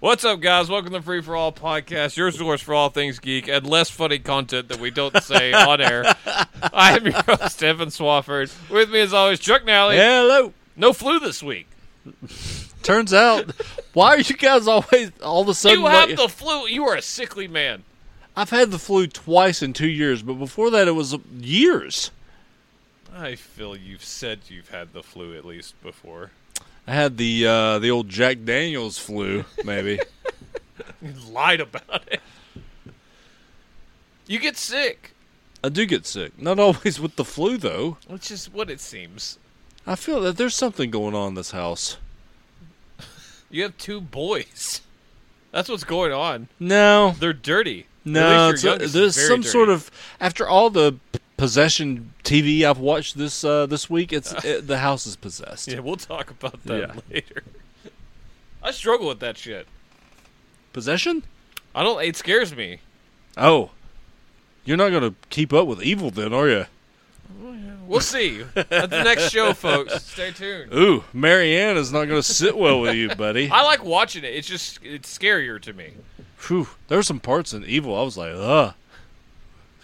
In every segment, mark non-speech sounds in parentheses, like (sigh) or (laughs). What's up, guys? Welcome to Free for All podcast, your source for all things geek and less funny content that we don't (laughs) say on air. I am your host, Evan Swafford. With me, as always, Chuck Nally. Hello. No flu this week. Turns out, why are you guys always all of a sudden? You have like- the flu. You are a sickly man. I've had the flu twice in two years, but before that, it was uh, years. I feel you've said you've had the flu at least before. (laughs) I had the uh, the old Jack Daniels flu, (laughs) maybe. You lied about it. You get sick, I do get sick, not always with the flu though. which is what it seems. I feel that there's something going on in this house. You have two boys. That's what's going on. No, They're dirty. no, At least it's a- your youngest is there's very some sort dirty. of after all the p- possession TV I've watched this uh, this (laughs) week. It's it, the house is possessed. Yeah, we'll talk about that Yeah. later. I struggle with that shit. Possession? I don't. It scares me. Oh, you're not gonna keep up with evil then, are you? We'll see at the next show, folks. Stay tuned. Ooh, Marianne is not going to sit well with you, (laughs) buddy. I like watching it. It's just it's scarier to me. Whew, there were some parts in Evil I was like, ugh,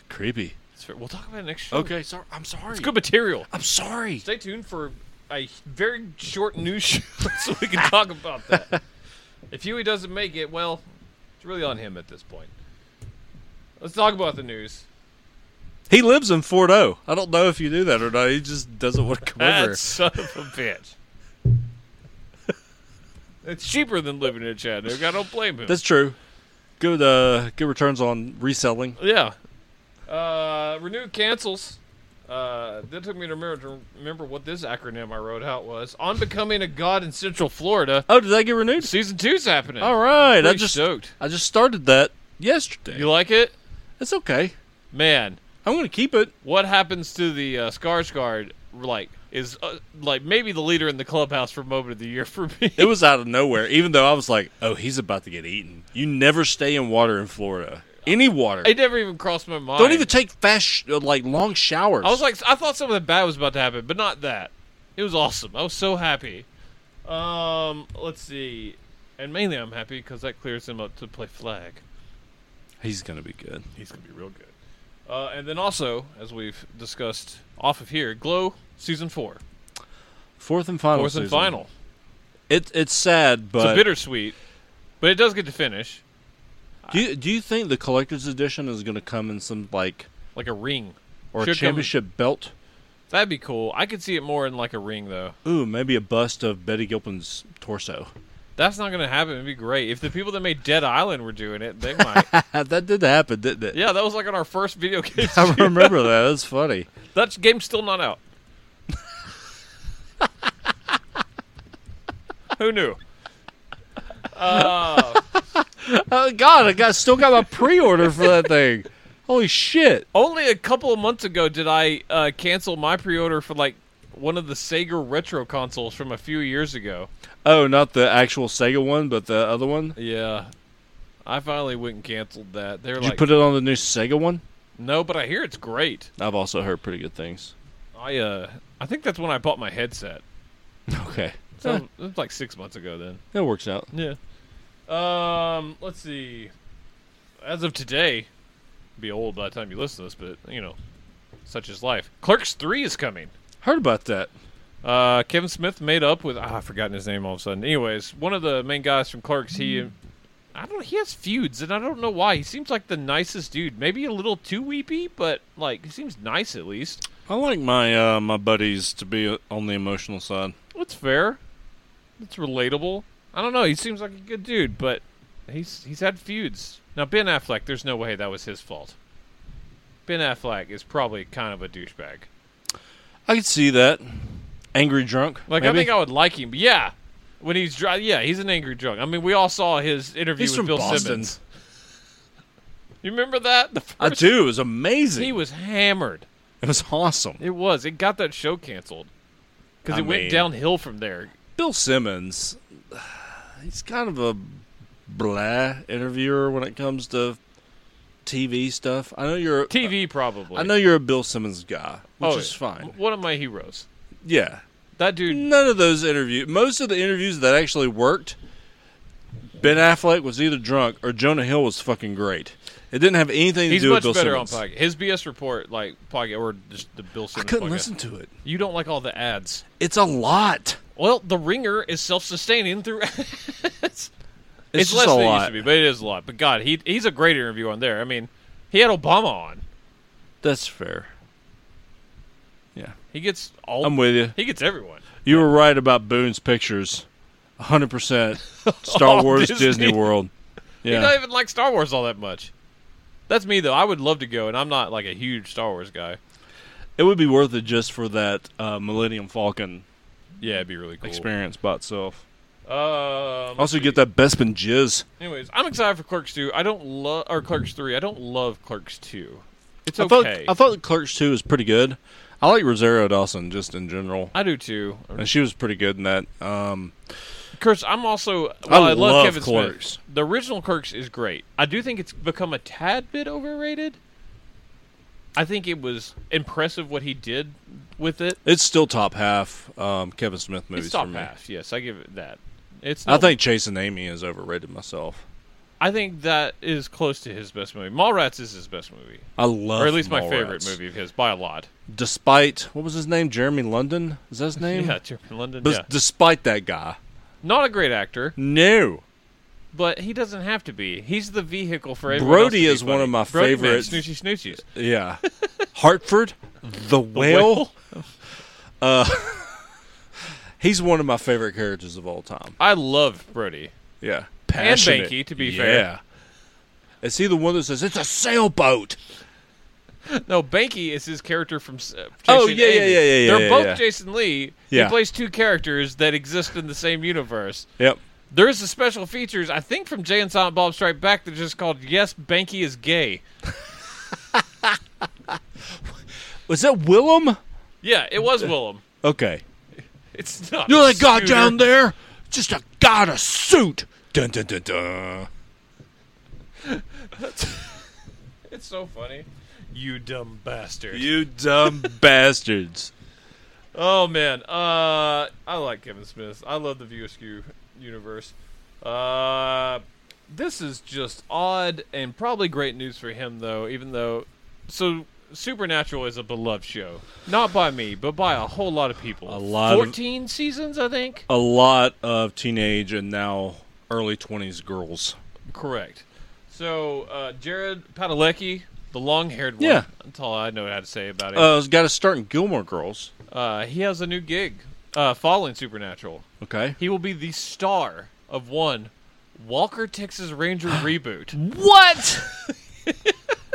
creepy. It's fair- We'll talk about it next show. Okay, sorry. I'm sorry. It's good material. I'm sorry. Stay tuned for a very short news show (laughs) so we can talk about that. If Huey doesn't make it, well, it's really on him at this point. Let's talk about the news. He lives in Fort O. I don't know if you knew that or not. He just doesn't want to come over. That son of a (laughs) bitch. It's cheaper than living in Chattanooga. I don't blame him. That's true. Good, uh, good returns on reselling. yeah. Uh, renewed cancels. Uh, that took me to remember, to remember what this acronym I wrote out was. On becoming a god in Central Florida. Oh, did that get renewed? Season two's happening. All right, I Pretty just stoked. I just started that yesterday. You like it, It's okay. man? I'm going to keep it. What happens to the uh, Skarsgård? Like, is uh, like maybe the leader in the clubhouse for moment of the year for me. (laughs) It was out of nowhere, even though I was like, "Oh, he's about to get eaten." You never stay in water in Florida. Any water. It never even crossed my mind. Don't even take fast, sh- uh, like long showers. I was like, I thought something bad was about to happen, but not that. It was awesome. I was so happy. Um, let's see, and mainly I'm happy because that clears him up to play flag. he's gonna be good. He's gonna be real good. Uh, and then also, as we've discussed off of here, Glow season four, Fourth and final. fourth and Oh, season. final. It, it's sad, It's a but bittersweet, but it does get to finish do you, do you think the collector's edition is gonna come in some like like a ring or a Should come- championship belt? That'd be cool. I could see it more in like a ring though. Ooh, maybe a bust of Betty Gilpin's torso. (laughs) That's not gonna happen. It'd be great if the people that made Dead Island were doing it. They (laughs) might. that did happen, didn't it? yeah, that was like on our first video game. (laughs) I remember that. That's funny. That game's still not out. (laughs) Who knew? Uh, Oh God, I got still got my pre-order for that thing. Holy shit! only a couple of months ago did I uh, cancel my pre-order for like one of the Sega retro consoles from a few years ago. Oh, not the actual Sega one, but the other one. Yeah, I finally went and canceled that. They're Did like, you put it on the new Sega one? no, but I hear it's great. I've also heard pretty good things. (laughs) I uh, I think that's when I bought my headset. Eh. Okay, So Eh, it was like six months ago then. that works out. Yeah. Um, let's see. As of today, be old by the time you listen to this, but you know, such is life. Clerks Three is coming. Heard about that. Uh, Kevin Smith made up with ah, I've forgotten his name all of a sudden. Anyways, one of the main guys from Clerks, he, I don't, he has feuds, and I don't know why. He seems like the nicest dude. Maybe a little too weepy, but like he seems nice at least. I like my uh, my buddies to be on the emotional side. That's fair. That's relatable. I don't know. He seems like a good dude, but he's he's had feuds. Now Ben Affleck, there's no way that was his fault. Ben Affleck is probably kind of a douchebag. I could see that. Angry drunk. Like I maybe? think I would like him. But yeah, when he's dry, yeah, he's an angry drunk. I mean, we all saw his interview He's with from Bill Boston. Simmons. You remember that? The first I do. It was he amazing. was hammered. It was awesome. It was. It got that show canceled because I it went mean- downhill from there. Bill Simmons, (sighs) he's kind of a blah interviewer when it comes to TV stuff. I know you're. TV probably. I know you're a Bill Simmons guy, which Oh, is yeah. fine. One of my heroes. Yeah. That dude None of those interviews. Most of the interviews that actually worked Ben Affleck was either drunk or Jonah Hill was fucking great. It didn't have anything to He's do much with Bill better Simmons. on podcast. His BS report, like podcast, or just the Bill I Simmons. couldn't podcast. listen to it. You don't like all the ads. It's a lot. Well, the ringer is self-sustaining through. (laughs) ads. less It's, just a than it lot. used to be, but it is a lot. But God, he he's a great interview on there. I mean, he had Obama on. That's fair. Yeah, He gets all. I'm with you. he gets everyone. You were right about Boone's pictures. (laughs) 100% Star All Wars Disney. Disney. World. (laughs) He doesn't Yeah. even like Star Wars all that much. That's me though. I would love to go, and I'm not like a huge Star Wars guy. It would be worth it just for that uh, Millennium Falcon Yeah, it'd be really cool. experience by itself. Um, Also, get that Bespin Jizz. Anyways, I'm excited for Clerks 2. I don't love or Clerks 3. I don't love Clerks 2. It's I thought okay. I thought Clerks 2 was pretty good. I like Rosario Dawson just in general. I do too. And she was pretty good in that. Um, Of course, I'm also. While I, love Kevin Clerks. Smith. The original Clerks is great. I do think it's become a tad bit overrated. I think it was impressive what he did with it. it's still top half um, Kevin Smith movies it's top for me. half. Yes, I give it that. It's. I not- think Chasing Amy is overrated myself. I think that is close to his best movie. Mallrats is his best movie, I love or at least my Mallrats. favorite movie of his by a lot. Despite what was his name? Jeremy London? Is that his name? (laughs) Yeah, Turpin London. Bes- yeah. Despite that guy. Not a great actor. No. But he doesn't have to be. He's the vehicle for everyone. else to Brody be is one funny. of my Brody favorite- Man, snoochie snoochies. Yeah. (laughs) Hartford, the whale. Well, He's one of my favorite characters of all time. I love Brody. (laughs) Yeah. And Passionate. Banky, to be yeah. fair. Is he the one that says, it's a sailboat? No, Banky is his character from. s- Uh, Oh, Chasing yeah, yeah, Amy. yeah, yeah, They're yeah, both yeah. Jason Lee. Yeah. He plays two characters that exist in the same universe. Yep. There is a special features, I think, from Jay and Silent Bob Strike Back that's just called "Yes, Banky is Gay." Was that Willem? Yeah, it (laughs) was Willem. Okay. It's not. You're a that guy scooter. down there, just a guy in a suit. Dun, dun, dun, dun. It's so funny. You dumb bastard. You dumb (laughs) bastards. Oh man, uh, I like Kevin Smith. I love the View Askew universe. Uh, this is just odd and probably great news for him though. Even though, so Supernatural is a beloved show, not by me, but by a whole lot of people. A lot of- Uh, fourteen seasons, I think. A lot of teenage and now early 20s girls. Correct. So uh, Jared Padalecki, the long-haired one. Yeah. That's all I know how to say about it. Uh, it's got to start in Gilmore Girls. Uh, he has a new gig, uh, following Supernatural. Okay. He will be the star of one Walker Texas Ranger (gasps) reboot. What? (laughs)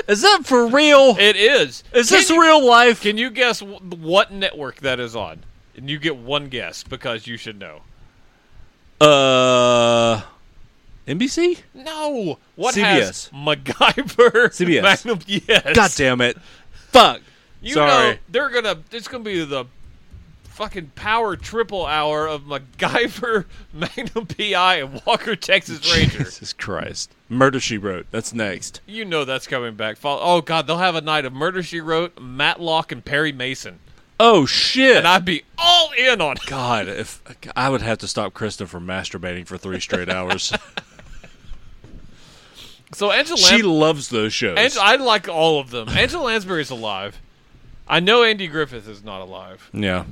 is that for real? It is. Is Can this you- real life? Can you guess wh- what network that is on? And you get one guess because you should know. uh, NBC? No. What has CBS. (laughs) MacGyver? CBS. (laughs) Magnum. Yes. God damn it. Fuck. You Sorry. know they're gonna. It's gonna be the fucking power triple hour of MacGyver, (laughs) Magnum PI, and Walker Texas (laughs) Ranger. Jesus Christ. Murder She Wrote. That's next. You know that's coming back. Fol- Oh God, they'll have a night of Murder She Wrote, Matlock, and Perry Mason, Oh, shit. and I'd be all in on. it. God, if I would have to stop Kristen from masturbating for (laughs) three straight hours. So Angela, she Lam- loves those shows. Ang- I like all of them. Angela Lansbury's alive. I know Andy Griffith is not alive. yeah.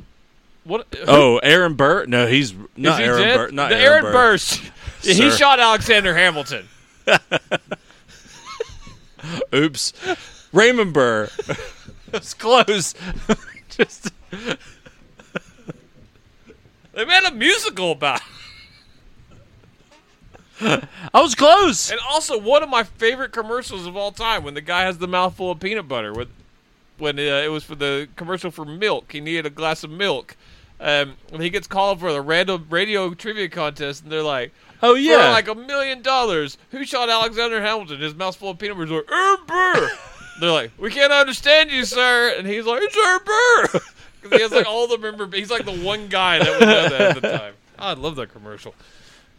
What? Oh, Aaron Burr? No, he's is not he Aaron dead? Burr. Not the Aaron, Aaron Burr. Burst. (laughs) he Sir. shot Alexander Hamilton. Oops. (laughs) Raymond Burr. it's close. Just They made a musical about. it. I was close. And also one of my favorite commercials of all time when the guy has the mouthful of peanut butter with when uh, it was for the commercial for milk. He needed a glass of milk. Um, and he gets called for the random radio trivia contest, and they're like, oh "For yeah. like a million dollars, who shot Alexander Hamilton?" His mouthful of peanut butter is like, "Aaron (laughs) Burr." they're like, "We can't understand you, sir," and he's like, "It's Aaron (laughs) Burr." 'Cause he has like all the member. He's like the one guy that would know that at the time. I love that commercial.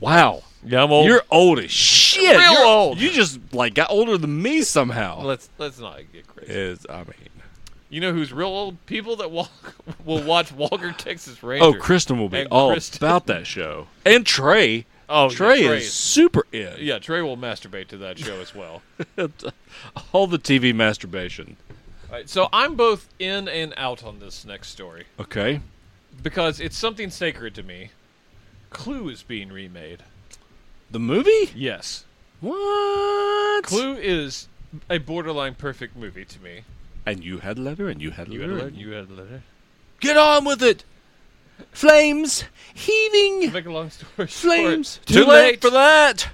wow. Yeah, I'm old. You're old as shit. Real You're- old. You just like got older than me somehow. let's let's not get crazy. Is I mean. You know who's real old people that walk (laughs) will watch Walker Texas Ranger. Oh, Kristen will be And all Kristen. about that show. And Trey. Oh, Trey, yeah, Trey is super in. yeah, Trey will masturbate to that show as (laughs) well. All the TV masturbation. All right, so I'm both in and out on this next story Okay. because it's something sacred to me. Clue is being remade. The movie? Yes. What? Clue is a borderline perfect movie to me. And you had a letter, and you had a You had letter. a letter. and You had a letter. Get on with it! Flames heaving! Make a long story Flames! short. Too, late. for that!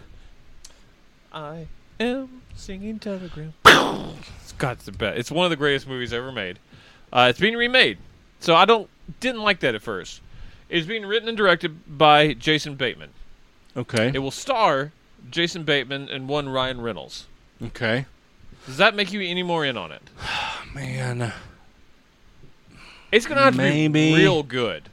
I am singing telegram. God, it's the best. It's one of the greatest movies ever made. Uh, it's being remade, so I don't didn't like that at first. It's being written and directed by Jason Bateman. Okay. It will star Jason Bateman and one Ryan Reynolds. okay. Does that make you any more in on it? Man. It's gonna have to Maybe. be real good.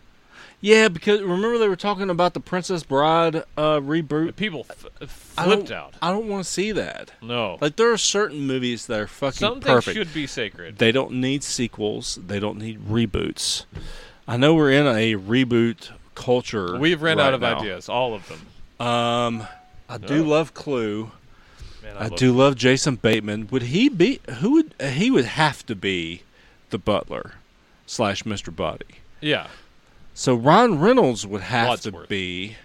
Yeah, because remember they were talking about the Princess Bride uh, reboot? People f- I flipped don't- out. I don't want to see that. No, Like, there are certain movies that are fucking something perfect. should be sacred. They don't need sequels. They don't need reboots. I know we're in a reboot culture. We've ran right out of now. ideas, all of them. Um, I do Oh. love Clue. Man, I, love do love Jason Bateman. Would he be? Who would uh, he would have to be? The butler slash Mr. Body. Yeah, So Ryan Reynolds would have to Wadsworth. be,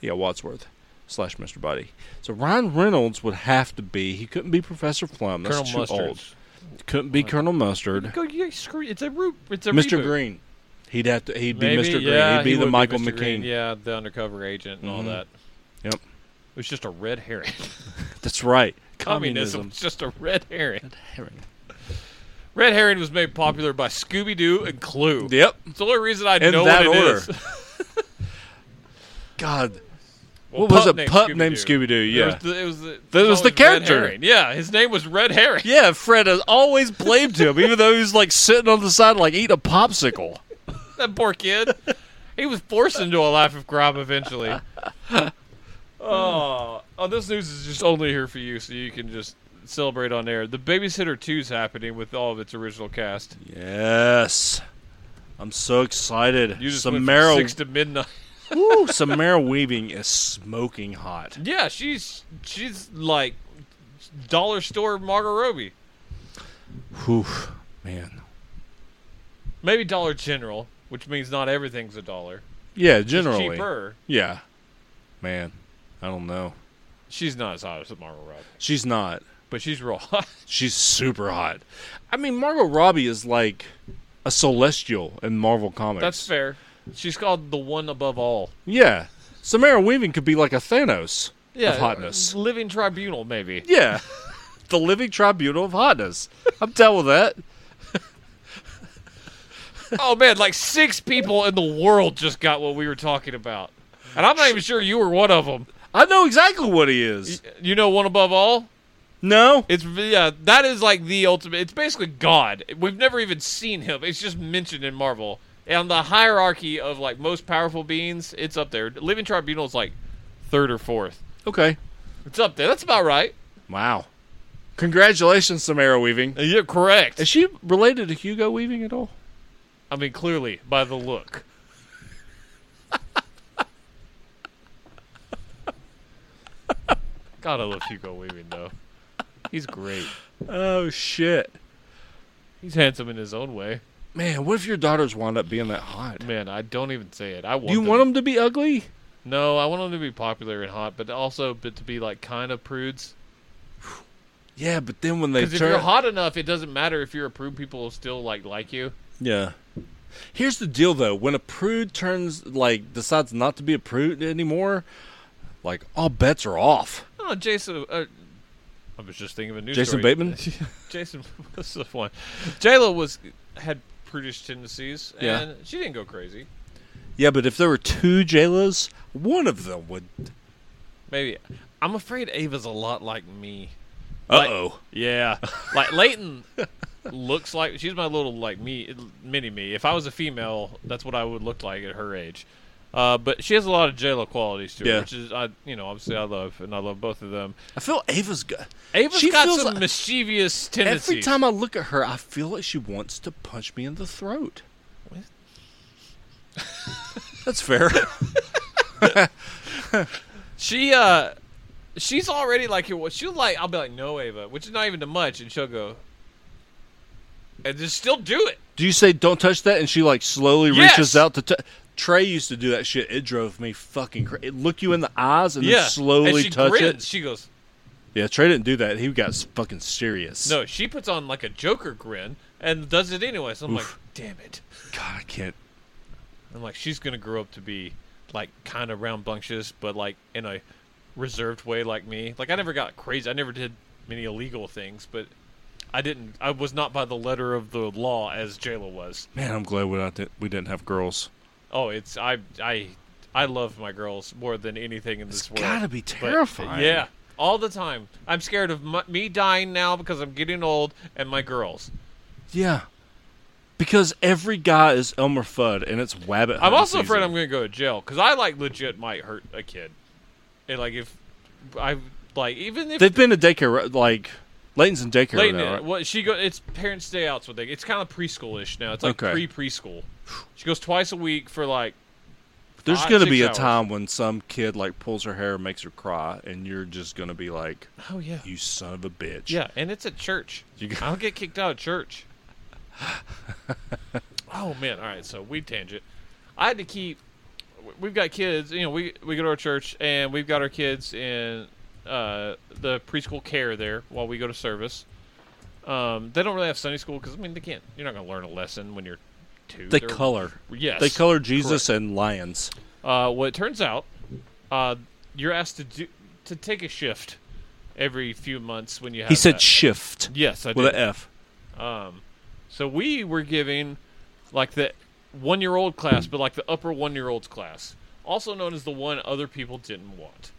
yeah, Wadsworth slash Mr. Body. So Ryan Reynolds would have to be. He couldn't be Professor Plum. That's Colonel too old. Mustard's. Couldn't be Colonel Mustard. Go, you screw. It's a root. It's a Mr. reboot. Green. He'd have to. He'd be Maybe, Mr. Green. yeah, he'd be he the would Michael Mr. McKean. Green, Yeah, the undercover agent and all Mhm. that. Yep. It was just a red herring. (laughs) That's right. Communism was just a red herring. Communism. Red herring was made popular by Scooby Doo and Clue. Yep. It's the only reason I In know that what it order. is. God. (laughs) Well, what was pup a pup named Scooby Doo? It Yeah. was the, it was the, That it's was always the Red character. Herring. Yeah, his name was Red Herring. yeah, Fred has always blamed him, even though he's like sitting on the side, like eating a popsicle. (laughs) that poor kid. He was forced into a life of crime eventually. (laughs) Oh, oh, this news is just only here for you, so you can just celebrate on air. The Babysitter 2 is happening with all of its original cast. Yes. I'm so excited. You just went from Samara, six to midnight. (laughs) Woo, Samara Weaving is smoking hot. Yeah, she's she's like dollar store Margot Robbie, Whew, man. maybe Dollar General, which means not everything's a dollar. Yeah, It's generally. cheaper. Yeah. Man, I don't know. She's not as hot as Margot Robbie, She's not. but she's real hot. She's super hot. I mean, Margot Robbie is like a celestial in Marvel Comics. That's fair. She's called the one above all. yeah. Samara Weaving could be like a Thanos Yeah, of hotness. Living Tribunal, maybe. Yeah. (laughs) the living tribunal of hotness. I'm down with that. oh man, like six people in the world just got what we were talking about, and I'm not even sure you were one of them. I know exactly what he is. You know, one above all. No? It's yeah, that is like the ultimate. It's basically God. We've never even seen him. It's just mentioned in Marvel. And the hierarchy of like most powerful beings, it's up there. Living Tribunal is like third or fourth. Okay. It's up there. That's about right. Wow. Congratulations, Samara Weaving. You're correct. Is she related to Hugo Weaving at all? I mean, clearly by the look. God, I love Hugo Weaving though. He's great. Oh, shit. He's handsome in his own way. Man, what if your daughters wound up being that hot? Man, I don't even say it. I want. Do you them want them to be ugly? No, I want them to be popular and hot, but also but to be like kind of prudes. Yeah, but then when they Because if turn. you're hot enough, it doesn't matter if you're a prude. People will still like like you. Yeah. Here's the deal, though. When a prude turns, like, decides not to be a prude anymore, like, all bets are off. Oh, Jason. Uh, I was just thinking of a news. Jason story. (laughs) Bateman? Jason was the one. Jayla was had prudish tendencies, and Yeah. she didn't go crazy. Yeah, but if there were two Jalas, one of them would. Maybe I'm afraid Ava's a lot like me. Uh Like- oh. Yeah, (laughs) like Leighton looks like she's my little like me mini me. If I was a female, that's what I would look like at her age. Uh, but she has a lot of JLo qualities to her, Yeah. which is I you know obviously I love and I love both of them. I feel Ava's good. Ava's She got feels some like- mischievous tendencies. Every time I look at her, I feel like she wants to punch me in the throat. What? (laughs) That's fair. She uh, she's already like she'll like I'll be like no Ava, which is not even too much, and she'll go, and just still do it. Do you say don't touch that? And she like slowly Yes. reaches out to. T- Trey used to do that shit. It drove me fucking crazy. It look you in the eyes and yeah, then slowly and she touch grins. it. She goes, Yeah, Trey didn't do that. He got s- fucking serious. no. She puts on like a Joker grin and does it anyway. So I'm like, damn it. God, I can't. I'm like, she's gonna grow up to be like kind of rambunctious, but like in a reserved way, like me. Like I never got crazy. I never did many illegal things, but I didn't. I was not by the letter of the law as Jayla was. Man, I'm glad we not did, we didn't have girls. Oh, it's I I I love my girls more than anything in this It's world. gotta be But, terrifying. yeah, all the time. I'm scared of m- me dying now because I'm getting old and my girls. yeah. Because every guy is Elmer Fudd, and it's Wabbit. I'm hunting also afraid season. I'm going to go to jail because I like legit might hurt a kid. And like if I like even if They've been to daycare, right? like Layton's in daycare Leighton- now, right? well, she go. It's parents' day out, so they. It's kind of preschoolish now. It's like Okay. pre preschool. She goes twice a week for like. There's five, gonna six be a hours. time when some kid like pulls her hair and makes her cry, and you're just gonna be like, Oh yeah. "You son of a bitch!" Yeah, and it's at church. You got- I'll get kicked out of church. (laughs) oh man! All right, so we tangent. I had to keep. w- We've got kids. You know, we we go to our church, and we've got our kids in uh, the preschool care there while we go to service. Um, they don't really have Sunday school because I mean they can't. You're not going to learn a lesson when you're two. They They're- color. Yes, They color Jesus and lions. uh, well, it turns out uh, you're asked to do to take a shift every few months when you have. He said that. shift "Yes, I with did. an F. Um, so we were giving like the one year old class, but like the upper one year olds class, also known as the one other people didn't want.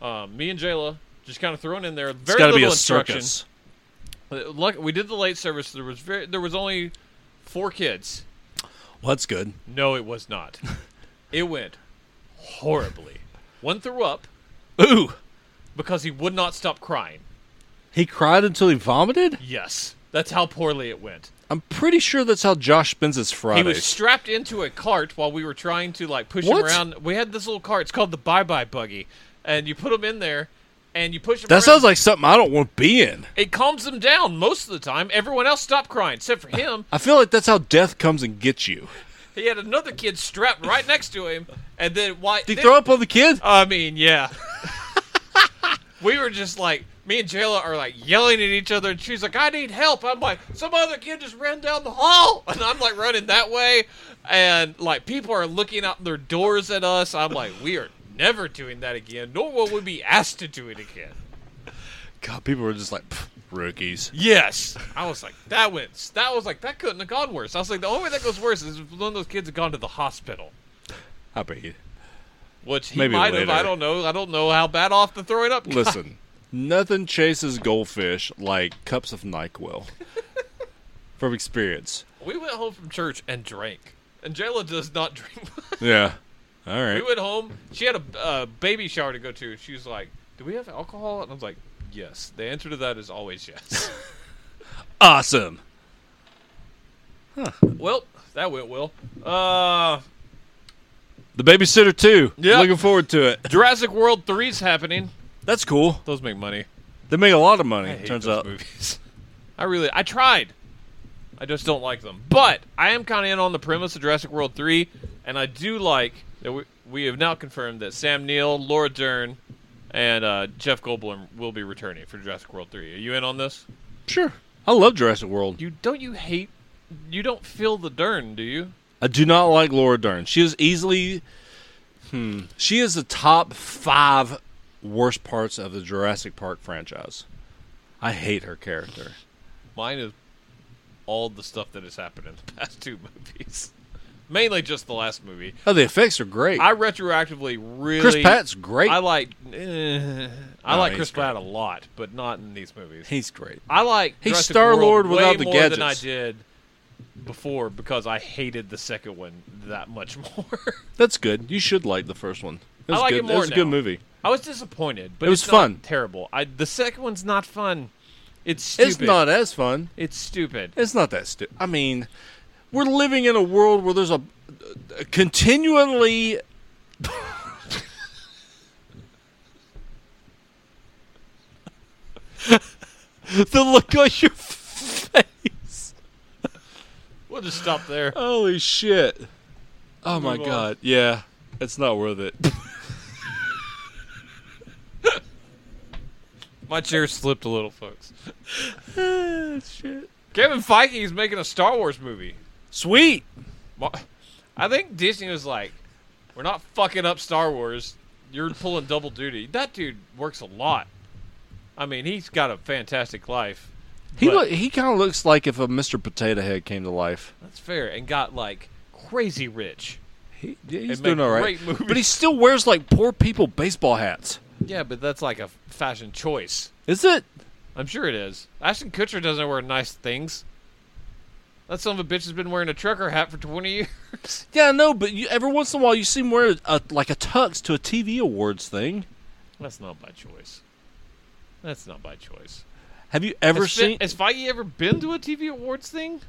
Um, me and Jayla just kind of thrown in there. It's Very got to little be a instruction. circus. Uh, Luck, we did the late service. There was very, there was only four kids. Well, that's good. No, it was (laughs) not. it went horribly. One threw up Ooh, because he would not stop crying. he cried until he vomited. Yes, that's how poorly it went. I'm pretty sure that's how Josh spends his He Fridays. was strapped into a cart while we were trying to like push him What? around. We had this little cart. It's called the Bye Bye Buggy, and you put him in there, and you push him. that around. sounds like something I don't want to be in. it calms him down most of the time. Everyone else stopped crying except for him. I feel like that's how death comes and gets you. he had another kid strapped right next to him, and then why? Did he then- throw up on the kid? I mean, yeah. (laughs) we were just like me and Jayla are like yelling at each other, and she's like, "I need help." I'm like, "Some other kid just ran down the hall," (laughs) and I'm like running that way, and like people are looking out their doors at us. I'm like, "We are never doing that again, nor will we be asked to do it again." God, people were just like "Pff, rookies. Yes, I was like, "That went. That was like that couldn't have gone worse." I was like, "The only way that goes worse is if one of those kids had gone to the hospital." I bet you. Which he Maybe might have. later. I don't know. I don't know how bad off the throwing up. Listen, nothing chases goldfish like cups of (laughs) NyQuil. From experience. We went home from church and drank. And Jayla does not (laughs) drink. Yeah. All right. we went home. She had a uh, baby shower to go to. She was like, "Do we have alcohol?" And I was like, "Yes." The answer to that is always yes. (laughs) Awesome. well, that went well. Uh, The babysitter too. Yeah. Looking forward to it. Jurassic World three's happening. That's cool. Those make money. They make a lot of money. I hate turns those out. (laughs) movies. I really, I tried. I just don't like them. But I am kind of in on the premise of Jurassic World three, and I do like that we we have now confirmed that Sam Neill, Laura Dern, and uh, Jeff Goldblum will be returning for Jurassic World three. Are you in on this? Sure. I love Jurassic World. You don't you hate? You don't feel the Dern, do you? I do not like Laura Dern. She is easily, hmm, she is the top five worst parts of the Jurassic Park franchise. I hate her character. Mine is all the stuff that has happened in the (laughs) past two movies, mainly just the last movie. Oh, the effects are great. I retroactively really Chris Pratt's great. I like eh, I No, like he's Chris great. Pratt a lot, but not in these movies. He's great. I like He's Jurassic World Star-Lord way without the more than I gadgets. did before because I hated the second one that much (laughs) more. That's good. You should like the first one. It was I like good. it more was a good now. movie. I was disappointed, but It was it's not fun. terrible. I the second one's not fun. It's stupid. It's not as fun. It's stupid. It's not that stupid. I mean, we're living in a world where there's a, a continually (laughs) the look on your face. We'll just stop (laughs) there. Holy shit. Oh my Move on. god. Yeah. It's not worth it. My chair slipped a little, folks. (laughs) shit. Kevin Feige is making a Star Wars movie. Sweet. Ma- I think Disney was like, "We're not fucking up Star Wars. You're pulling double duty." That dude works a lot. I mean, he's got a fantastic life. He But- look, he kind of looks like if a Mr. Potato Head came to life. That's fair, and got like crazy rich. He, yeah, he's And doing make all right. great movies. But he still wears like poor people baseball hats. Yeah, but that's like a fashion choice. Is it? I'm sure it is. Ashton Kutcher doesn't wear nice things. That son of a bitch has been wearing a trucker hat for 20 years. (laughs) Yeah, I know, but you, every once in a while you see him wear a, like a tux to a TV awards thing. That's not by choice. That's not by choice. Have you ever Has, Fe- seen has Feige ever been to a TV awards thing?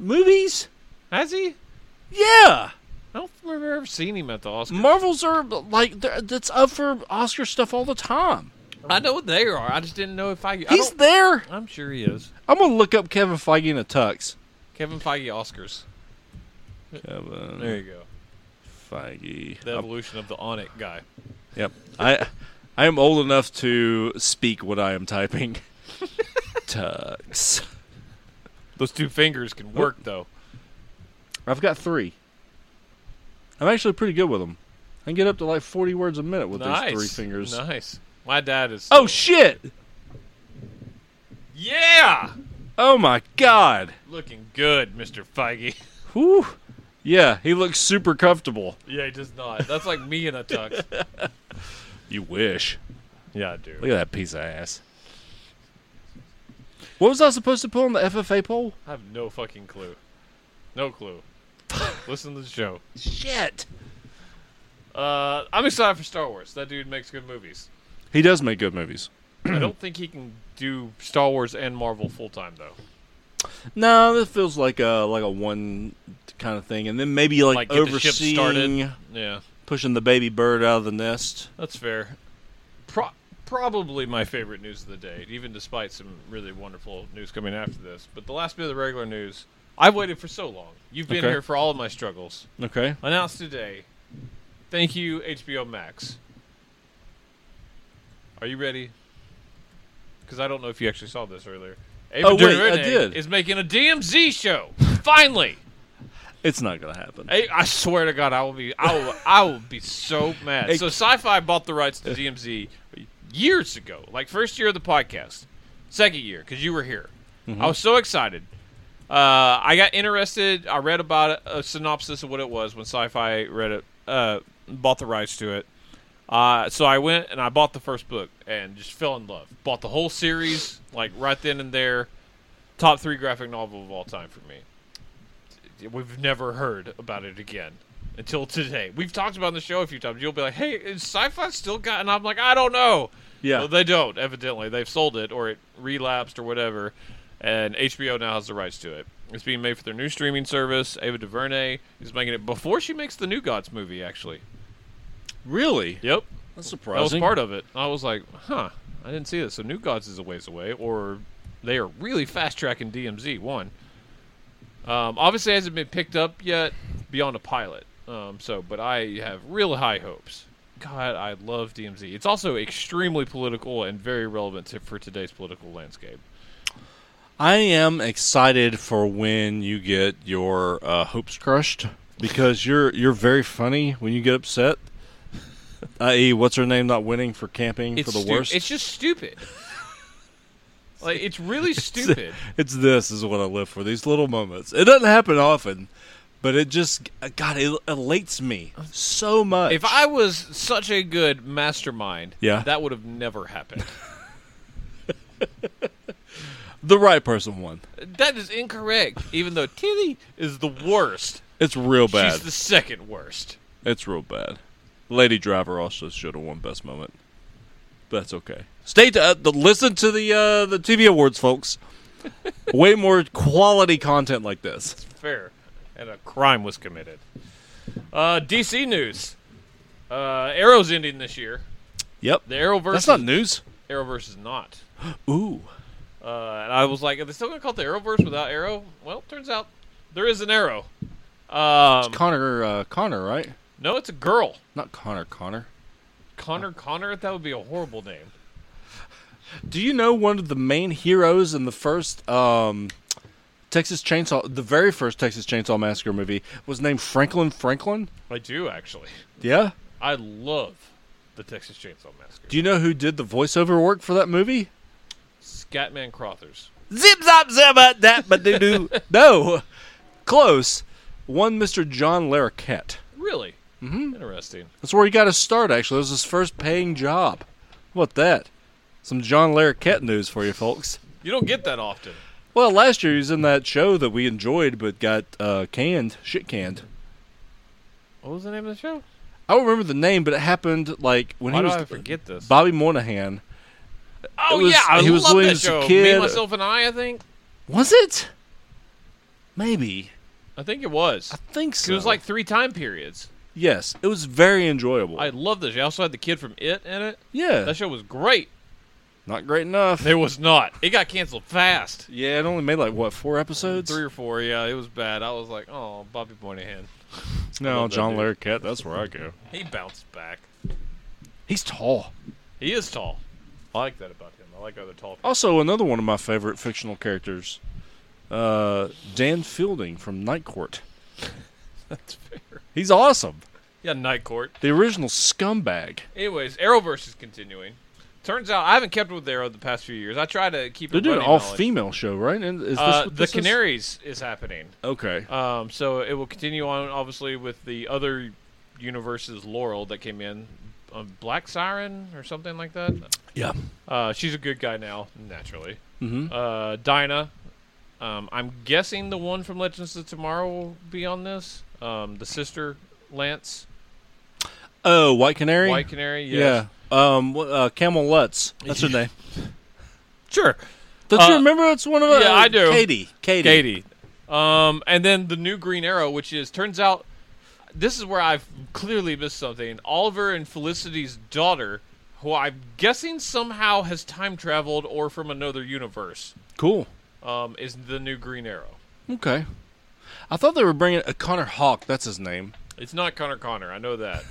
movies? Has he? Yeah. I don't remember ever seeing him at the Oscars. Marvels are like they're- that's up for Oscar stuff all the time. Mm, I know what they are. I just didn't know if Feige. I He's don't- there. I'm sure he is. I'm gonna look up Kevin Feige in a tux. Kevin Feige Oscars. Kevin There you go. Feige. The evolution of the on it guy. Yep. I I am old enough to speak what I (laughs) am typing. Tux. Those two fingers can work though. I've got three. I'm actually pretty good with them. I can get up to like 40 words a minute with nice. these three fingers. Nice. My dad is. Oh shit! yeah, Oh my god! looking good, Mister Feige. Whew. Yeah, he looks super comfortable. (laughs) yeah, he does not. That's like me in a tux. You wish. (laughs) yeah, I do. Look at that piece of ass. What was I supposed to put on the FFA poll? I have no fucking clue. No clue. Listen to the show. Shit. Uh, I'm excited for Star Wars. That dude makes good movies. He does make good movies. I don't think he can do Star Wars and Marvel full time though. No, that feels like a like a one kind of thing, and then maybe like, Like, get the ship overseeing, started. Yeah, pushing the baby bird out of the nest. that's fair. Pro- probably my favorite news of the day, even despite some really wonderful news coming after this. But the last bit of the regular news, I've waited for so long. You've been Okay. here for all of my struggles. Okay. Announced today. Thank you, HBO Max. Are you ready? Because I don't know if you actually saw this earlier. Ava Oh, wait, I DuVernay did. Is making a DMZ show. Finally. It's not gonna happen. I, I swear to God, I will be, I will, I will be so mad. Hey, so Sci-Fi bought the rights to DMZ years ago, like first year of the podcast, second year because you were here. I was so excited. Uh, I got interested. I read about a, a synopsis of what it was when Sci-Fi read it, uh, bought the rights to it. Uh, so I went and I bought the first book and just fell in love. Bought the whole series, like right then and there. Top three graphic novel of all time for me we've never heard about it again until today. We've talked about it on the show a few times. You'll be like, "Hey, is sci-fi still got?" And I'm like, "I don't know." Yeah. Well, they don't. Evidently, they've sold it or it relapsed or whatever, and HBO now has the rights to it. It's being made for their new streaming service. Ava DuVernay is making it before she makes the New Gods movie. Actually, Really? yep, That's that was surprising. part of it. I was like, "Huh, I didn't see this." So New Gods is a ways away, or they are really fast tracking DMZ one. Um, obviously, it hasn't been picked up yet beyond a pilot. Um, so, but I have real high hopes. God, I love DMZ. It's also extremely political and very relevant to, for today's political landscape. I am excited for when you get your uh, hopes crushed because you're you're very funny when you get upset. I.e., what's her name not winning for camping It's for the stu- worst? It's just (laughs) stupid. like it's really stupid. It's this is what I live for. These little moments. It doesn't happen often, but it just uh, God, it elates me so much. If I was such a good mastermind, Yeah. that would have never happened. the right person won, That is incorrect. Even though Tilly is the worst, it's real bad. she's the second worst. It's real bad. Lady Driver also should have won Best Moment. But that's okay. Stay to uh, the, listen to the uh, the TV awards, (laughs) folks. Way more quality content like this. fair, and a crime was committed. Uh, DC news: uh, Arrow's ending this year. Yep, The Arrowverse. that's not news. Arrowverse is not. Ooh. Uh, and I was like, are they still going to call it the Arrowverse without Arrow? Well, turns out there is an Arrow. Um, Connor, uh, Connor, right? no, it's a girl. Not Connor, Connor. Connor Connor? That would be a horrible name. Do you know one of the main heroes in the first um, Texas Chainsaw, the very first Texas Chainsaw Massacre movie, was named Franklin Franklin? I do, actually. Yeah. I love the Texas Chainsaw Massacre. Do you know who did the voiceover work for that movie? Scatman Crothers. Zip zop zip uh, that but doo doo. (laughs) no, close. One Mister John Larroquette. Really? Mm-hmm. Interesting. That's where he got his start. Actually, it was his first paying job. What that? Some John Larroquette news for you folks. You don't get that often. Well, last year he was in that show that we enjoyed but got uh, canned, shit canned. What was the name of the show? I don't remember the name, but it happened like when Why he do was I forget this? Bobby Moynihan. oh was- yeah, I he was love that Williams' show. Me, kid. myself, and I. I think. Was it? Maybe. I think it was. I think so. It was like three time periods. yes, it was very enjoyable. I love this. I also had the kid from It in it. yeah, That show was great. not great enough. It was not. It got canceled fast. Yeah, it only made like what four episodes? Three or four. Yeah, it was bad. I was like, oh, Bobby Moynihan. No, Love that John dude. Larroquette. That's where I go. He bounced back. He's tall. He is tall. I like that about him. I like other tall people. (laughs) Also, another one of my favorite fictional characters, uh, Dan Fielding from Night Court. That's fair. He's awesome. Yeah, Night Court. The original scumbag. Anyways, Arrowverse is continuing. Turns out I haven't kept with Arrow the past few years. I try to keep. They're it doing an running all knowledge. female show, right? And is this Uh, what the this is? Canaries is happening. Okay. Um, so it will continue on, obviously, with the other universe's Laurel that came in, um, Black Siren or something like that. Yeah. Uh, she's a good guy now, naturally. hmm Uh, Dinah, um, I'm guessing the one from Legends of Tomorrow will be on this. Um, the sister, Lance, Oh, White Canary. White Canary. Yes. Yeah. Um, wh- uh, Camel Lutz. That's her name. sure. Don't Uh, you remember? It's one of uh, yeah, I do. Katie. Katie. Katie. Um, and then the new Green Arrow, which is turns out this is where I've clearly missed something. Oliver and Felicity's daughter, who I'm guessing somehow has time traveled or from another universe, Cool. um, is the new Green Arrow. Okay. I thought they were bringing a Connor Hawk. That's his name. It's not Connor Connor, I know that.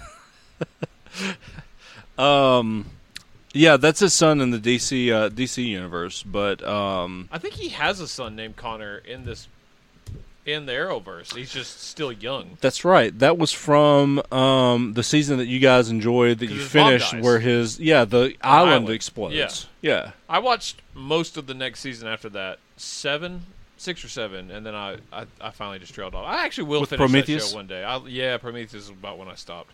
Yeah, that's his son in the DC uh, DC universe. But um, I think he has a son named Connor in this in the Arrowverse. He's just still young. that's right. That was from um, the season that you guys enjoyed that 'Cause you his mom finished, dies. where his yeah the island, island. explodes. Yeah. yeah. I watched most of the next season after that. Seven, six or seven, and then I I, I finally just trailed off. I actually will With finish that Prometheus? show one day. I, yeah, Prometheus is about when I stopped.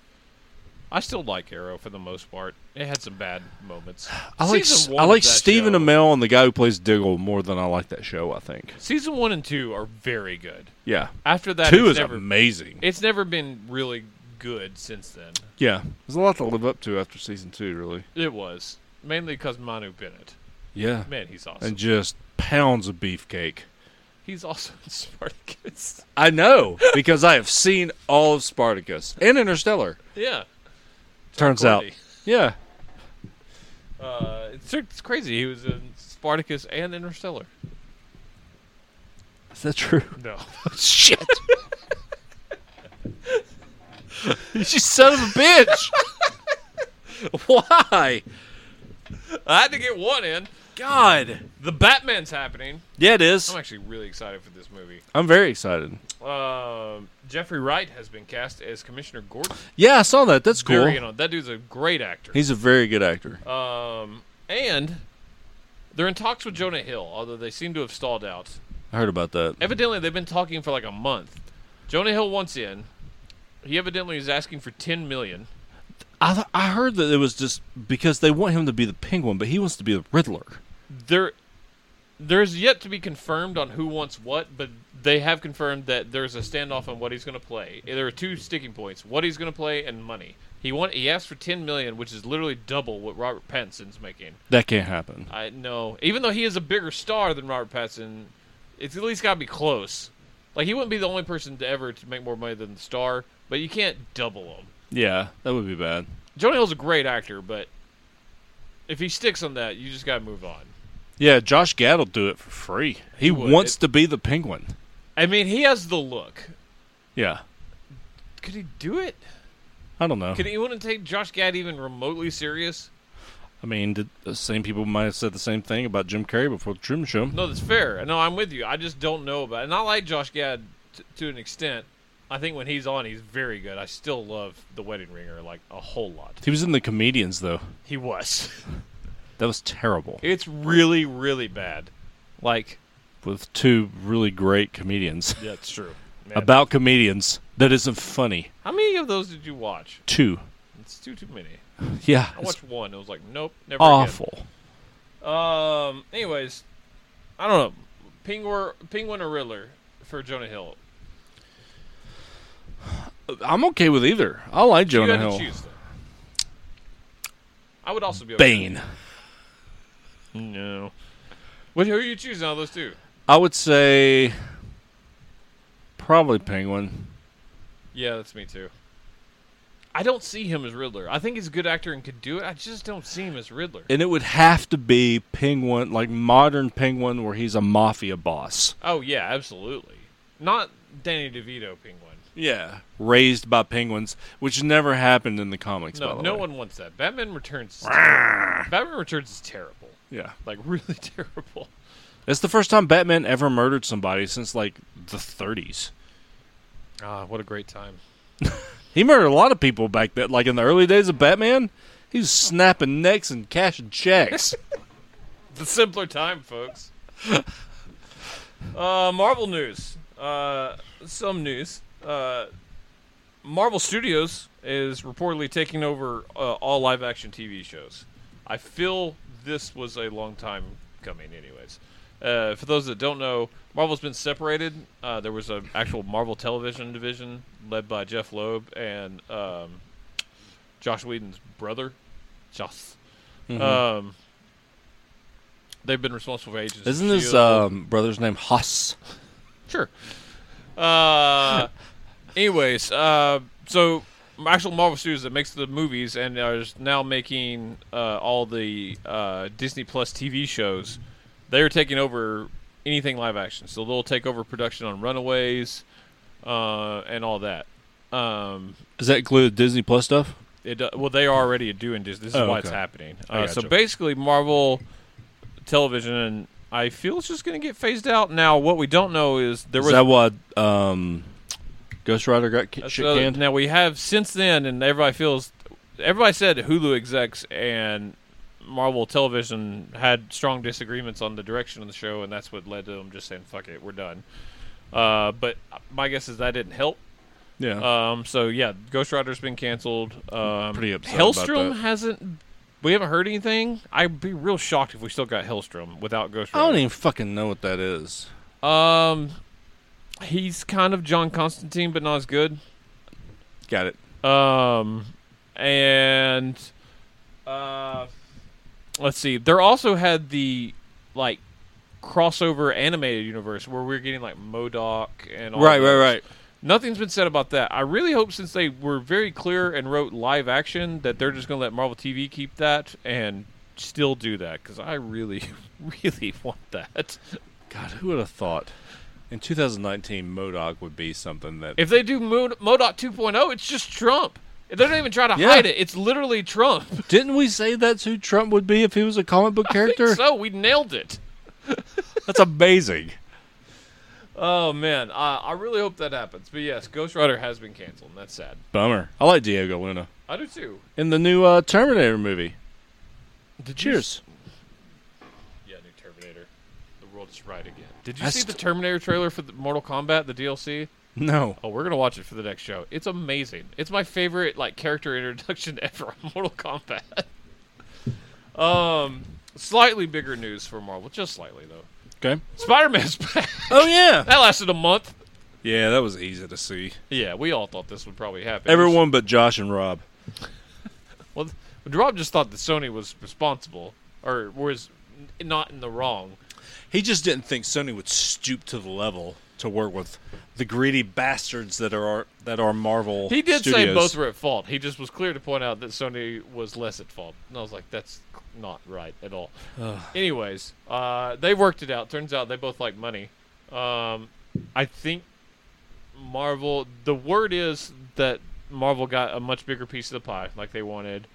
I still like Arrow for the most part. It had some bad moments. (sighs) I like Season I one like of that Stephen show- Amell and the guy who plays Diggle more than I like that show. I think. Season one and two are very good. Yeah, After that, two it's is never amazing. it's never been really good since then. yeah, there's a lot to live up to after season two, really. It was mainly because Manu Bennett. Yeah, Man, he's awesome. and just pounds of beefcake. he's also in (laughs) Spartacus. I (laughs) know because I have seen all of Spartacus and Interstellar. yeah. Turns out, Courtney. yeah, Uh, it's, it's crazy. He was in Spartacus and Interstellar. is that true? No. Shit. you son of a bitch. Why? (laughs) I had to get one in. God. Oh The Batman's happening. Yeah, it is. I'm actually really excited for this movie. I'm very excited. Um, Jeffrey Wright has been cast as Commissioner Gordon. Yeah, I saw that. That's cool. Very, you know, that dude's a great actor. He's a very good actor. Um, and they're in talks with Jonah Hill, although they seem to have stalled out. I heard about that. Evidently, they've been talking for like a month. Jonah Hill wants in. He evidently is asking for ten million. I th- I heard that it was just because they want him to be the penguin, but he wants to be the Riddler. there there's yet to be confirmed on who wants what, but they have confirmed that there's a standoff on what he's going to play. There are two sticking points: what he's going to play and money. He want he asked for ten million, which is literally double what Robert Pattinson's making. That can't happen. I know, even though he is a bigger star than Robert Pattinson, it's at least got to be close. Like he wouldn't be the only person to ever to make more money than the star, but you can't double him. Yeah, that would be bad. Jonah Hill's a great actor, but if he sticks on that, you just got to move on. Yeah, Josh Gad will do it for free. He, He would. wants to be the penguin. I mean, he has the look. Yeah. Could he do it? I don't know. Could anyone take Josh Gad even remotely serious? I mean, did, the same people might have said the same thing about Jim Carrey before the Truman Show. No, that's fair. No, I'm with you. I just don't know about it. And I like Josh Gad t- to an extent. I think when he's on, he's very good. I still love The Wedding Ringer like a whole lot. He was in the comedians though. He was. That was terrible. (laughs) It's really, really bad. Like, With two really great comedians yeah, it's true. Man, about comedians. That isn't funny. how many of those did you watch? Two. It's too too many. Yeah, I it's watched one. It was like, nope, never again. awful. Um. Anyways, I don't know. Penguin, Penguin or Riddler for Jonah Hill. I'm okay with either. I like you Jonah had Hill. to choose. Though. I would also be okay. Bane. No. What? Who are you choosing out of those two? I would say probably Penguin. Yeah, that's me too. I don't see him as Riddler. I think he's a good actor and could do it. I just don't see him as Riddler. And it would have to be Penguin, like modern Penguin, where he's a mafia boss. Oh yeah, absolutely. Not Danny DeVito Penguin. Yeah. Raised by penguins, which never happened in the comics, by No, the no way. one wants that. Batman Returns. Is terrible. Batman Returns is terrible. Yeah. Like (laughs) really terrible. It's the first time Batman ever murdered somebody since, like, the 30s. Ah, what a great time. He murdered a lot of people back then. Like, in the early days of Batman, he was snapping necks and cashing (laughs) checks. the simpler time, folks. uh, Marvel news. Uh, some news. Uh, Marvel Studios is reportedly taking over uh, all live action TV shows. I feel this was a long time coming, anyways. Uh, for those that don't know, Marvel's been separated. Uh, there was an actual Marvel television division led by Jeff Loeb and um, Josh Whedon's brother, Joss. Um, they've been responsible for agents. of Isn't his S.H.I.E.L.D.. um, brother's name Haas? Sure. Uh, anyways, uh, so actual Marvel Studios that makes the movies and is now making uh, all the uh, Disney Plus TV shows, they're taking over anything live action. So they'll take over production on Runaways uh, and all that. Um, Does that include Disney Plus stuff? it, do- well, they are already doing this. This is Oh, why it's okay. happening. I Uh, so gotcha. basically, Marvel television, and I feel it's just going to get phased out. Now, what we don't know is there Is was that why um, Ghost Rider got ki- That's uh, shit the other- canned? Now we have since then, and everybody feels, everybody said Hulu execs and Marvel Television had strong disagreements on the direction of the show, and that's what led to them just saying, "Fuck it, we're done." Uh, but my guess is that didn't help. Yeah. Um, so yeah, Ghost Rider's been canceled. Um, Pretty upset about Hellstrom that. hasn't. We haven't heard anything. I'd be real shocked if we still got Hellstrom without Ghost I don't Rider. even fucking know what that is. Um, he's kind of John Constantine, but not as good. Got it. Um, and uh, let's see. There also had the like crossover animated universe where we are getting like Modoc and all Right, right, those. right. Nothing's been said about that. I really hope since they were very clear and wrote live action that they're just going to let Marvel TV keep that and still do that because I really, (laughs) really want that. God, who would have thought in 2019 Modoc would be something that If they do Mod- Modoc 2.0, oh, it's just Trump. They don't even try to Yeah. hide it. It's literally Trump. (laughs) didn't we say that's who Trump would be if he was a comic book I think character? so we nailed it. That's amazing. Oh man, I, I really hope that happens. But yes, Ghost Rider has been canceled, and that's sad. Bummer. I like Diego Luna I do too. in the new uh, Terminator movie. Did Cheers. yeah, new Terminator. The world is right again. Did you I see the st- Terminator trailer for the Mortal Kombat, the DLC? No, Oh, we're gonna watch it for the next show. It's amazing. It's my favorite like character introduction (laughs) ever on Mortal Kombat. (laughs) um, slightly bigger news for Marvel, just slightly though. okay. Spider-Man's (laughs) back. Oh yeah, that lasted a month. yeah. That was easy to see. Yeah, we all thought this would probably happen. Everyone but Josh and Rob. Well, th- Rob just thought that Sony was responsible or was n- not in the wrong. He just didn't think Sony would stoop to the level to work with the greedy bastards that are that are Marvel. He did say Studios. both were at fault. He just was clear to point out that Sony was less at fault. And I was like, that's not right at all. Anyways, uh, they worked it out. Turns out they both like money. Um, I think Marvel, the word is that Marvel got a much bigger piece of the pie, like they wanted.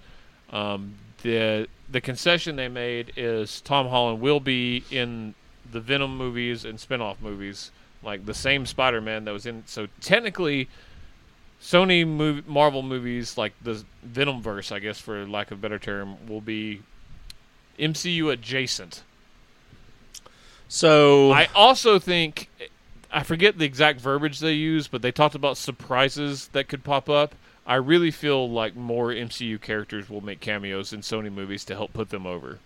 Um, the the concession they made is Tom Holland will be in the Venom movies and spin-off movies, like the same Spider-Man that was in. So technically, Sony mov Marvel movies, like the Venom verse, I guess, for lack of a better term, will be MCU adjacent. So I also think I forget the exact verbiage they use, but they talked about surprises that could pop up. I really feel like more MCU characters will make cameos in Sony movies to help put them over.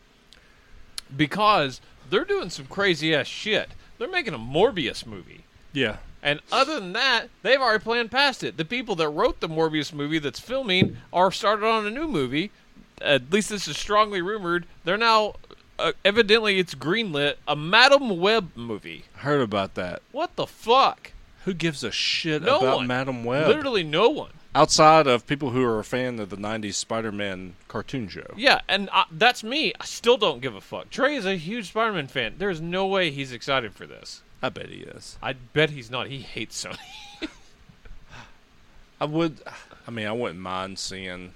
Because they're doing some crazy ass shit. They're making a Morbius movie. yeah, And other than that, they've already planned past it. The people that wrote the Morbius movie that's filming are started on a new movie. At least this is strongly rumored. They're now uh, evidently it's greenlit a Madam Web movie. heard about that. What the fuck? Who gives a shit No about one. Madam Web? Literally no one. Outside of people who are a fan of the '90s Spider-Man cartoon show. Yeah, and I, that's me. I still don't give a fuck. Trey is a huge Spider-Man fan. There's no way he's excited for this. I bet he is. I bet he's not. He hates Sony. I would. I mean, I wouldn't mind seeing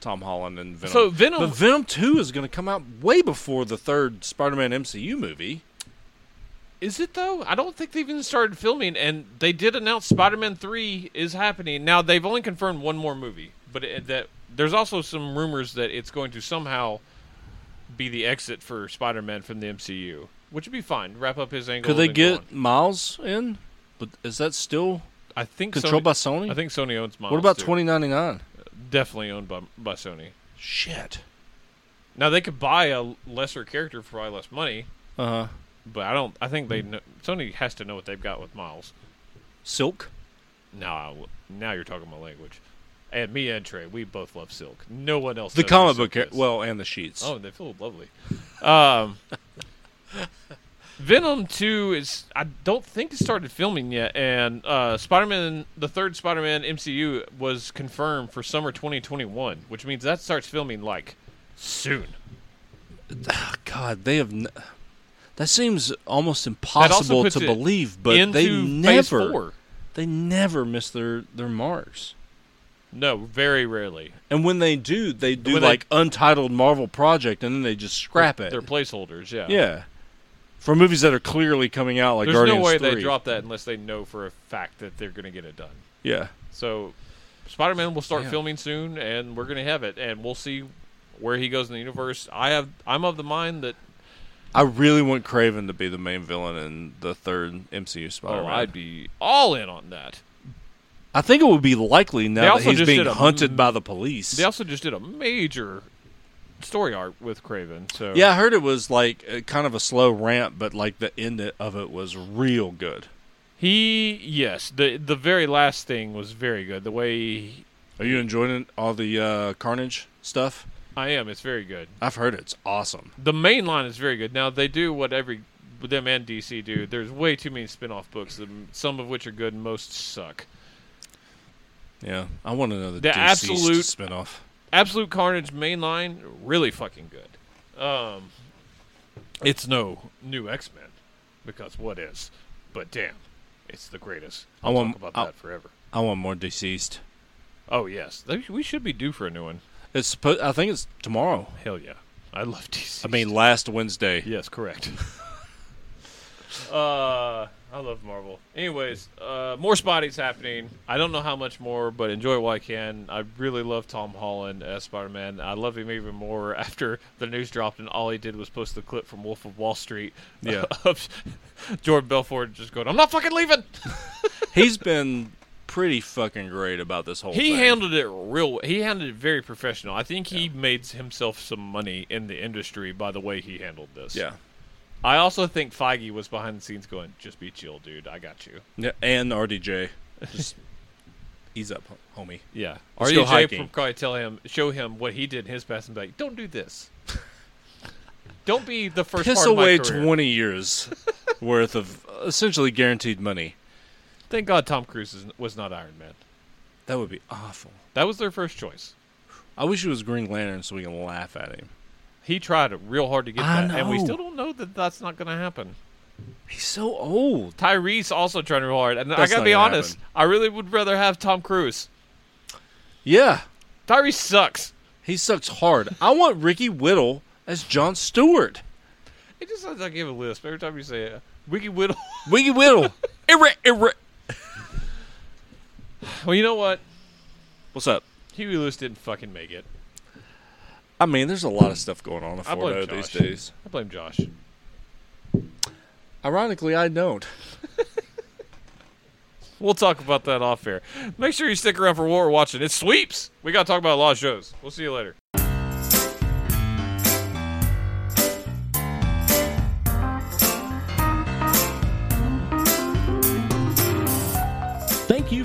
Tom Holland and Venom. So Venom- but Venom Two is going to come out way before the third Spider-Man MCU movie. Is it though? I don't think they've even started filming, and they did announce Spider-Man Three is happening. Now they've only confirmed one more movie, but it, that there's also some rumors that it's going to somehow be the exit for Spider-Man from the MCU, which would be fine. Wrap up his angle. Could they and then go get on. Miles in? But is that still I think controlled Sony, by Sony? I think Sony owns Miles. what about too. twenty ninety nine? Definitely owned by, by Sony. Shit. Now they could buy a lesser character for probably less money, Uh huh. but I don't. I think they know, Sony has to know what they've got with Miles. Silk. Now, now you're talking my language. And me and Trey, we both love Silk. No one else. The knows comic who book. Silk char- is. Well, and the sheets. oh, they feel lovely. Um, (laughs) Venom Two is. I don't think it started filming yet, and uh, Spider-Man, the third Spider-Man MCU, was confirmed for summer 2021, which means that starts filming like soon. Ah, God, they have. N- that seems almost also impossible puts to it believe, but Into they Phase never Four. they never miss their their marks. No, very rarely. And when they do, they do When they- like untitled Marvel project, and then they just scrap it. They're placeholders. Yeah. yeah, for movies that are clearly coming out, like There's Guardians no way 3. they drop that unless they know for a fact that they're going to get it done. Yeah, So, Spider Man will start Yeah. filming soon, and we're gonna have it, and we'll see where he goes in the universe. I have, I'm of the mind that I really want Craven to be the main villain in the third MCU oh, Spider-Man. I'd be all in on that. I think it would be likely They now that also he's just being did a- hunted by the police. They also just did a major story arc with Craven, so Yeah, I heard it was like uh, kind of a slow ramp, but like the end of it was real good. he, yes, the the very last thing was very good. The way he- Are you enjoying all the uh, Carnage stuff? I am, it's very good. I've heard it's awesome. The main line is very good. Now they do what every them and DC do. There's way too many spin-off books, um, some of which are good, and most suck. Yeah, I want another The deceased absolute- spinoff. Absolute Carnage mainline really fucking good. Um, it's no new X Men because what is? But damn, it's the greatest. I I'll want- talk about I'll- that forever. I want more deceased. Oh yes, Th- we should be due for a new one. It's supposed. I think it's tomorrow. Hell yeah, I love (laughs) DC. I mean, last Wednesday. yes, (laughs) correct. uh, I love Marvel. Anyways, uh, more Spotty's happening. I don't know how much more, but enjoy while I can. I really love Tom Holland as Spider Man. I love him even more (laughs) after the news dropped and all he did was post the clip from Wolf of Wall Street. Yeah. (laughs) of Jordan Belfort just going, "I'm not fucking (laughs) leaving." He's been pretty fucking great about this whole He thing. handled it real. He handled it very professional. I think he made himself some money in the industry by the way he handled this. Yeah. I also think Feige was behind the scenes going, just be chill, dude. I got you. Yeah, and RDJ. Just ease up, homie. Yeah. Let's go RDJ hiking. would probably tell him, show him what he did in his past and be like, (laughs) don't do this. don't be the first Piss part of my away career. twenty years (laughs) worth of essentially guaranteed money. Thank God Tom Cruise is, was not Iron Man. That would be awful. That was their first choice. I wish it was Green Lantern so we can laugh at him. He tried real hard to get I that, and we know. still don't know that that's not going to happen. He's so old. Tyrese also tried real hard, and I That's gotta not be gonna honest, happen. I really would rather have Tom Cruise. Yeah, Tyrese sucks. he sucks hard. I want Ricky Whittle as John Stewart. It just sounds like you have a lisp every time you say it. Wiki Whittle. (laughs) Ricky Whittle. Irre, irre. well, you know what? What's up? Huey Lewis didn't fucking make it. I mean, there's a lot of stuff going on in I blame Florida these Josh. days. I blame Josh. Ironically, I don't. We'll talk about that off air. Make sure you stick around for what we're watching. It sweeps. We gotta talk about a lot of shows. We'll see you later. Thank you